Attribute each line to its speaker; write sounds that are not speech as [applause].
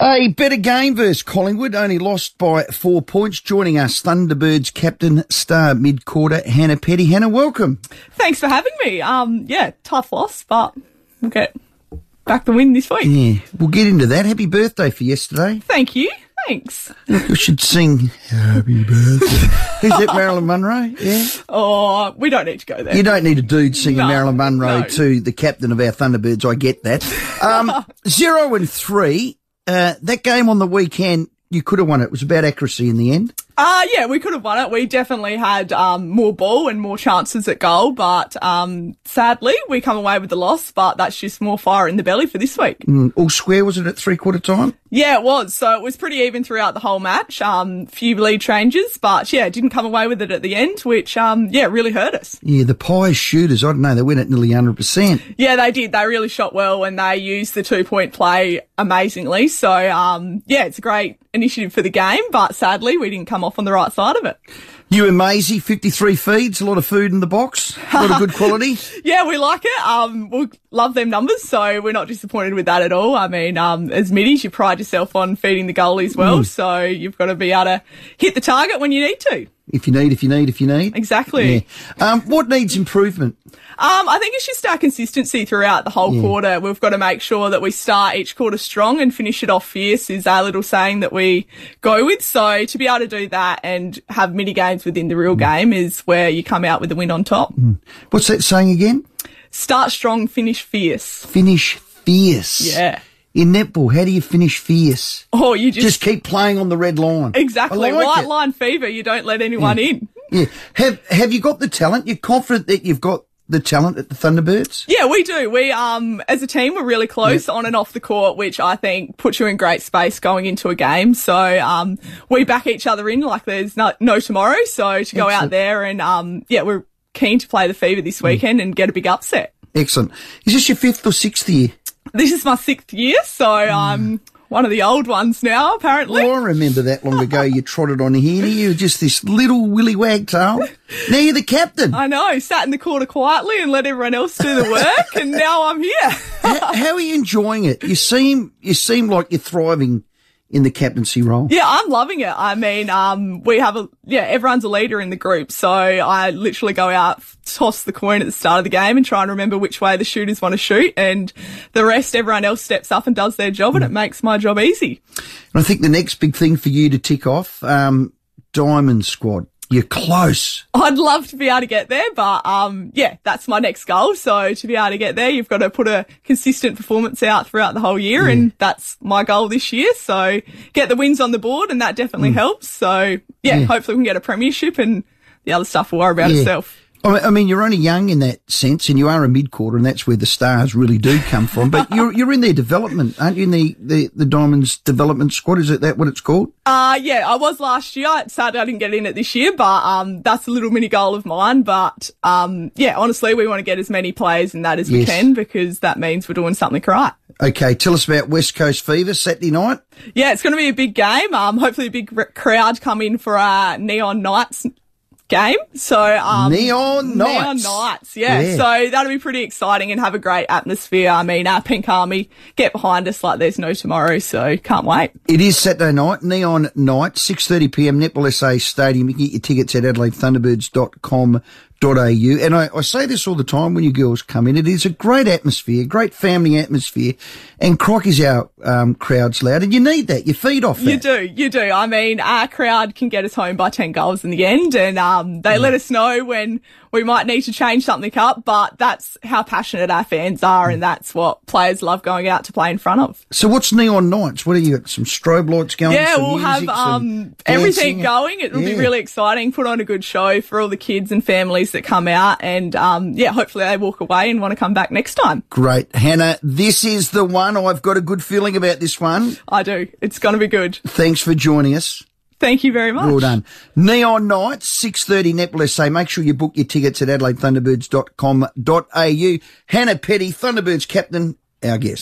Speaker 1: A better game versus Collingwood, only lost by four points. Joining us, Thunderbirds captain, star mid-quarter, Hannah Petty. Hannah, welcome.
Speaker 2: Thanks for having me. Um, yeah, tough loss, but we'll get back the win this week.
Speaker 1: Yeah, we'll get into that. Happy birthday for yesterday.
Speaker 2: Thank you. Thanks.
Speaker 1: You should sing Happy Birthday. [laughs] Who's that, Marilyn Monroe? Yeah.
Speaker 2: Oh, we don't need to go there.
Speaker 1: You don't need a dude singing
Speaker 2: No,
Speaker 1: Marilyn Monroe
Speaker 2: no.
Speaker 1: to the captain of our Thunderbirds. I get that.
Speaker 2: [laughs]
Speaker 1: Um, zero and three. Uh, that game on the weekend, you could have won it. It was about accuracy in the end.
Speaker 2: Uh, yeah, we could have won it. We definitely had um, more ball and more chances at goal, but um, sadly, we come away with the loss, but that's just more fire in the belly for this week.
Speaker 1: Mm, All square, was it at three quarter time?
Speaker 2: Yeah, it was. So it was pretty even throughout the whole match. Um, few lead changes, but yeah, didn't come away with it at the end, which, um, yeah, really hurt us.
Speaker 1: Yeah, the Pies shooters, I don't know, they went at nearly 100%.
Speaker 2: Yeah, they did. They really shot well and they used the two point play amazingly. So, um, yeah, it's a great initiative for the game, but sadly we didn't come off on the right side of it.
Speaker 1: You and Maisie, 53 feeds, a lot of food in the box, a lot of good
Speaker 2: [laughs]
Speaker 1: quality.
Speaker 2: Yeah, we like it. Um, we love them numbers. So we're not disappointed with that at all. I mean, um, as middies, you pride yourself on feeding the goalies well. So you've got to be able to hit the target when you need to.
Speaker 1: If you need, if you need, if you need.
Speaker 2: Exactly.
Speaker 1: Yeah. Um, what needs improvement?
Speaker 2: Um, I think it's just our consistency throughout the whole
Speaker 1: Hmm.
Speaker 2: quarter. We've got to make sure that we start each quarter strong and finish it off fierce is our little saying that we go with. So to be able to do that and have mini games within the
Speaker 1: Hmm.
Speaker 2: real game is where you come out with the win on top.
Speaker 1: What's that saying again?
Speaker 2: Start strong, finish fierce.
Speaker 1: Finish fierce.
Speaker 2: Yeah.
Speaker 1: In netball, how do you finish fierce?
Speaker 2: Or you just,
Speaker 1: Just keep playing on the red line.
Speaker 2: exactly
Speaker 1: I like
Speaker 2: white
Speaker 1: it. Hmm.
Speaker 2: line fever. You don't let anyone in.
Speaker 1: Yeah. Have Have you got the talent? You're confident that you've got the talent at the Thunderbirds?
Speaker 2: Yeah, we do. We um as a team we're really close on and off the court, which I think puts you in great space going into a game. So um we back each other in like there's no no tomorrow. So to go out
Speaker 1: Excellent.
Speaker 2: there and um yeah, we're keen to play the fever this weekend and get a big upset.
Speaker 1: Excellent. Is this your fifth or sixth year?
Speaker 2: This is my sixth year, so I'm one of the old ones now, apparently.
Speaker 1: Well, I remember that long ago you trotted on here. You were just this little willy wagtail. Now you're the captain.
Speaker 2: I know, sat in the corner quietly and let everyone else do the work and now I'm here. [laughs]
Speaker 1: How, how are you enjoying it? You seem you seem like you're thriving in the captaincy role.
Speaker 2: Yeah, I'm loving it. I mean, um, we have a, yeah, everyone's a leader in the group. So I literally go out, toss the coin at the start of the game and try and remember which way the shooters want to shoot. And the rest, everyone else steps up and does their job and it makes my job easy.
Speaker 1: And I think the next big thing for you to tick off, um, Diamond Squad. You're close.
Speaker 2: I'd love to be able to get there, but, um, yeah, that's my next goal. So to be able to get there, you've got to put a consistent performance out throughout the whole year. And that's my goal this year. So get the wins on the board and that definitely helps. So yeah, hopefully we can get a premiership and the other stuff will worry about
Speaker 1: Yeah.
Speaker 2: itself.
Speaker 1: I mean- I mean, you're only young in that sense, and you are a mid-quarter, and that's where the stars really do come from.
Speaker 2: [laughs]
Speaker 1: But you're you're in their development, aren't you? In the, the, the Diamonds development squad, is it that what it's called?
Speaker 2: Uh, yeah, I was last year. Sadly, I didn't get in it this year, but, um, that's a little mini goal of mine. But, um, yeah, honestly, we want to get as many players in that as we
Speaker 1: Yes.
Speaker 2: can because that means we're doing something right.
Speaker 1: Okay, tell us about West Coast Fever Saturday night.
Speaker 2: Yeah, it's going to be a big game. Um, hopefully a big r- crowd come in for our Neon Knights game. So, um,
Speaker 1: Neon Knights.
Speaker 2: Neon Knights, yeah.
Speaker 1: Yeah.
Speaker 2: So that'll be pretty exciting and have a great atmosphere. I mean, our Pink Army get behind us like there's no tomorrow. So can't wait.
Speaker 1: It is Saturday night, Neon Night, 6.30pm, Netball SA Stadium. You can get your tickets at adelaidethunderbirds.com.au. And I, I say this all the time when you girls come in. It is a great atmosphere, great family atmosphere. And crikey's our um, crowd's loud. And you need that. You feed off
Speaker 2: You
Speaker 1: that.
Speaker 2: do, you do. I mean, our crowd can get us home by 10 goals in the end and, um, they let us know when we might need to change something up, but that's how passionate our fans are and that's what players love going out to play in front of.
Speaker 1: So what's Neon Nights? What are you got? Some strobe lights going?
Speaker 2: Yeah,
Speaker 1: some
Speaker 2: we'll have,
Speaker 1: music, some
Speaker 2: um,
Speaker 1: dancing?
Speaker 2: everything going. It'll be
Speaker 1: Yeah.
Speaker 2: really exciting. Put on a good show for all the kids and families that come out and, um, yeah, hopefully they walk away and want to come back next time.
Speaker 1: Great. Hannah, this is the one. I've got a good feeling about this one.
Speaker 2: I do. It's going to be good.
Speaker 1: Thanks for joining us.
Speaker 2: Thank you very much.
Speaker 1: Well done. Neon Night, 6.30 Netball SA. Make sure you book your tickets at adelaidethunderbirds.com.au. Hannah Petty, Thunderbirds captain, our guest.